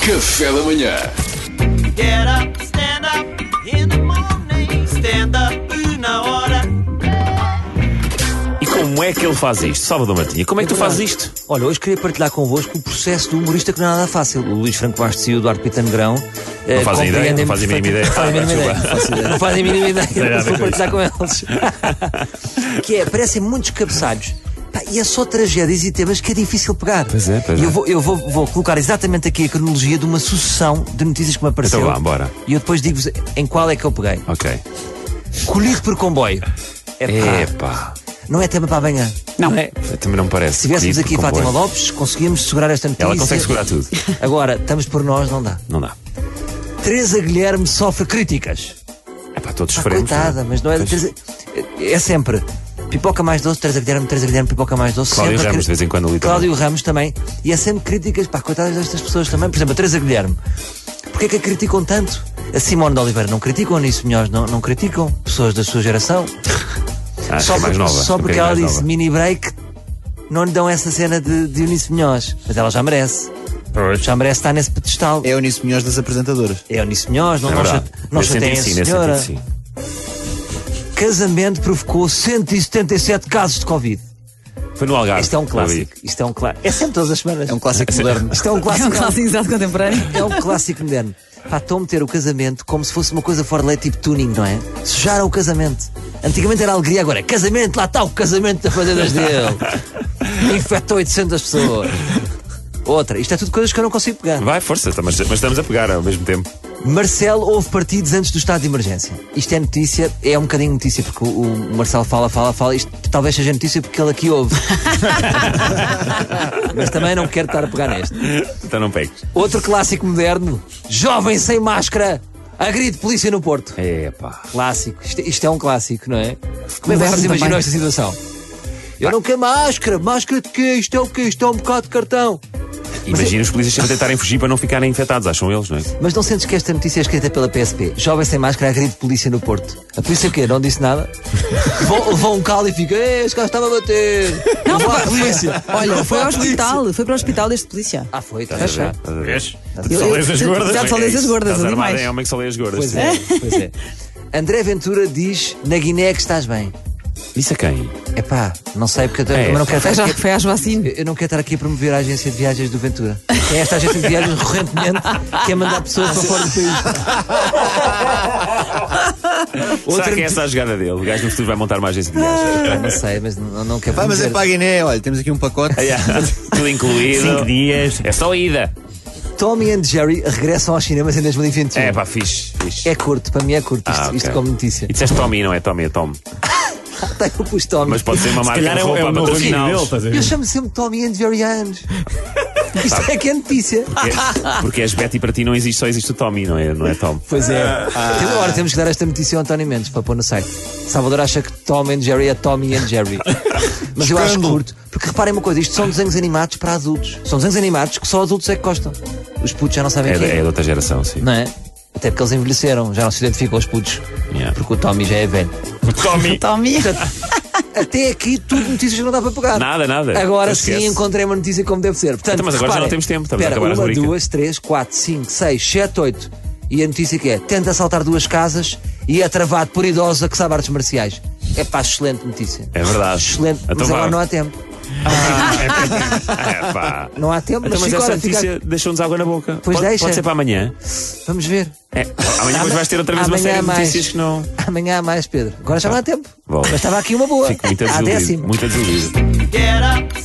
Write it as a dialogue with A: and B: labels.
A: Café da manhã.
B: Get up, stand up in the morning. Stand up na hora.
C: E como é que ele faz isto? Salvador Matinha, como é que tu fazes isto?
D: Olha, hoje queria partilhar convosco o processo do humorista que não é nada fácil. O Luís Franco Bastos e o Eduardo Pita Negrão. eh,
C: Não fazem ideia, não fazem a mínima ideia.
D: compreendem
C: Ah,
D: perfeitamente- Não fazem a mínima ideia. Não fazem a mínima
C: Tem
D: ideia.
C: nada
D: mas Vou
C: a ver com
D: partilhar com eles. que é, parecem muitos cabeçalhos. Pá, E é só tragédias e temas que é difícil pegar.
C: Pois é, pois
D: E
C: é.
D: Eu, vou, eu vou, vou colocar exatamente aqui a cronologia de uma sucessão de notícias que me apareceu.
C: Então vá, bora.
D: E eu depois digo-vos em qual é que eu peguei.
C: Ok.
D: Colhido por comboio. É pá.
C: Epá.
D: Não é tema para amanhã.
C: Não é. Também não me parece.
D: Se tivéssemos aqui
C: Querido é.
D: Fátima
C: comboio.
D: Lopes, conseguíamos segurar esta notícia.
C: Ela consegue segurar tudo.
D: Agora, estamos por nós, não dá.
C: Não dá.
D: Teresa Guilherme sofre críticas.
C: Epá, todos
D: Pá,
C: sofremos.
D: coitada, mas não é da
C: Pois.
D: Teresa. É sempre pipoca mais doce, Teresa Guilherme, Teresa Guilherme, pipoca mais doce.
C: Cláudio
D: sempre a
C: Ramos,
D: cri-
C: de vez em quando, ali
D: Cláudio Ramos também. E é sempre críticas, pá, coitadas destas pessoas também. Por exemplo, a Teresa Guilherme. Porquê é que a criticam tanto? A Simone de Oliveira não criticam nisso, melhores não, não criticam. Pessoas da sua geração.
C: Ah,
D: só
C: é mais
D: por-
C: nova.
D: só
C: um
D: porque
C: bocadinho
D: ela
C: mais
D: disse
C: nova.
D: mini break, não lhe dão essa cena de, de Eunice Minhoz. Mas ela já merece. Já merece estar nesse pedestal.
E: É o Nisso Minhoz das apresentadoras.
D: É Eunice Minhoz, não
C: É
D: nós,
C: verdade.
D: nós
C: Nesse sentido,
D: chateiem
C: sim,
D: a
C: nesse
D: senhora.
C: sentido, sim.
D: Casamento provocou 177 casos de Covid.
C: Foi no Algarve.
D: Isto é um
C: não
D: clássico. Isto é um clássico. É sempre todas as semanas.
E: É um clássico moderno.
D: Isto é um
F: É um
D: clássico.
F: clássico exato contemporâneo.
D: É um clássico moderno. Pá, estão a meter o casamento como se fosse uma coisa fora de lei, tipo tuning, não é? Sujaram o casamento. Antigamente era alegria, agora é casamento, lá está o casamento da Fazendas dele. Infectou 800 pessoas. Outra, isto é tudo coisas que eu não consigo pegar.
C: Vai, força, tá- mas, mas estamos a pegar ao mesmo tempo.
D: Marcelo houve partidos antes do estado de emergência. Isto é notícia, é um bocadinho notícia, porque o, o Marcelo fala, fala, fala. Isto talvez seja notícia porque ele aqui ouve. Mas também não quero estar a pegar neste.
C: Então não pegues.
D: Outro clássico moderno: jovem sem máscara, agride polícia no Porto.
C: Epá.
D: Clássico. Isto, isto é um clássico, não é? Como é que
F: Moderno
D: vocês imaginam
F: também.
D: esta situação? Eu não quero máscara, máscara de quê? Isto é o quê? Isto é um bocado de cartão.
C: Imagina os polícias sempre tentarem fugir para não ficarem infectados, acham eles, não é?
D: Mas não sentes que esta notícia é escrita pela PSP? Jovem sem máscara agride polícia no Porto. A polícia o quê? Não disse nada? Vão- Levou um calo e fica, "Eh, este gajo estava a bater.
F: Não,
D: Vou à
F: foi-
D: polícia.
F: Olha, foi ao hospital, foi para o hospital deste polícia.
D: Ah, foi,
C: É,
D: tá.
F: Achei.
C: Estás a ver? Tu
F: Eu-
C: só
F: eu-
C: lês as
F: tu-
C: gordas.
F: já só
C: é
F: lês
C: isso.
F: as gordas,
C: Estás
F: ali
C: armado
F: mais.
C: em homem que só lê as gordas.
D: Pois é, pois é. André Ventura diz na Guiné é que estás bem.
C: Isso a quem?
D: Epá, não sei porque eu, também
C: É.
D: não quero
F: Foi,
D: estar
F: já,
D: aqui.
F: foi às vacinas.
D: Eu não quero estar aqui a promover a agência de viagens do Ventura. É esta agência de viagens recorrentemente que é mandar pessoas para fora do país.
C: Será que é essa a jogada dele? O gajo no futuro vai montar uma agência de viagens.
D: Não sei, mas não, não quero
E: Pá, mas é
D: promover.
E: para a Guiné, olha, temos aqui um pacote.
C: Ah, Yeah. Tudo incluído. 5 dias. É só ida.
D: Tommy and Jerry regressam aos cinemas em 2021.
C: É pá, fixe. fixe.
D: É curto, para mim é curto isto,
C: Ah, ok.
D: isto como notícia.
C: E disseste Tommy, não é Tommy, é Tom.
D: Até eu pus Tommy.
C: Mas pode um- ser uma marca
G: calhar
D: um-
C: de
G: é o-
C: roupa
G: é o novo
C: patrociná-los.
G: amigo dele, estás a ver?
D: Eu chamo sempre Tommy and Jerry Anos. Isto é que é notícia.
C: Ah. Porque- É, Porque és Betty para ti não existe, só existe o Tommy, não é, não é Tom.
D: Pois é.
C: Ah.
D: Tem- Agora temos que dar esta notícia ao António Mendes para pôr no site. Salvador acha que Tom and Jerry é Tommy and Jerry. Mas eu acho curto, porque reparem uma coisa, isto são desenhos animados para adultos. São desenhos animados que só adultos é que gostam. Os putos já não sabem
C: É,
D: quem
C: da-
D: é.
C: é de outra geração, sim.
D: Não é? Até porque eles envelheceram, já não se identificam aos putos.
C: Yeah.
D: Porque o Tommy já é velho.
C: Tommy.
F: Tommy.
D: Até aqui tudo notícias que não dá para pegar.
C: Nada, nada.
D: Agora
C: Esquece.
D: sim encontrei uma notícia como deve ser. Portanto,
C: Então, mas agora já não
D: reparem.
C: temos tempo, estamos a
D: Espera,
C: acabar a
D: uma,
C: rubrica.
D: duas, três, quatro, cinco, seis, sete, oito. E a notícia que é: tenta assaltar duas casas e é travado por idosa que sabe artes marciais. É pá, excelente notícia.
C: É verdade.
D: Excelente.
C: Então
D: mas
C: vá. Ah,
D: agora não há tempo.
C: É pá.
D: Não há tempo,
C: Então,
D: mas,
C: mas
D: fica,
C: essa
D: olha, fica-
C: notícia deixou-nos água na boca.
D: Pois
C: pode,
D: deixa.
C: pode ser para amanhã.
D: Vamos ver.
C: É, amanhã depois vais ter outra vez uma
D: Amanhã
C: série de
D: mais.
C: notícias que não.
D: Amanhã há mais, Pedro. Agora já não há tempo.
C: Volta.
D: Mas estava aqui uma boa. assim.
C: Fico muito
D: à
C: desiludido.
D: décima.
C: Muito desiludido.
B: Get up,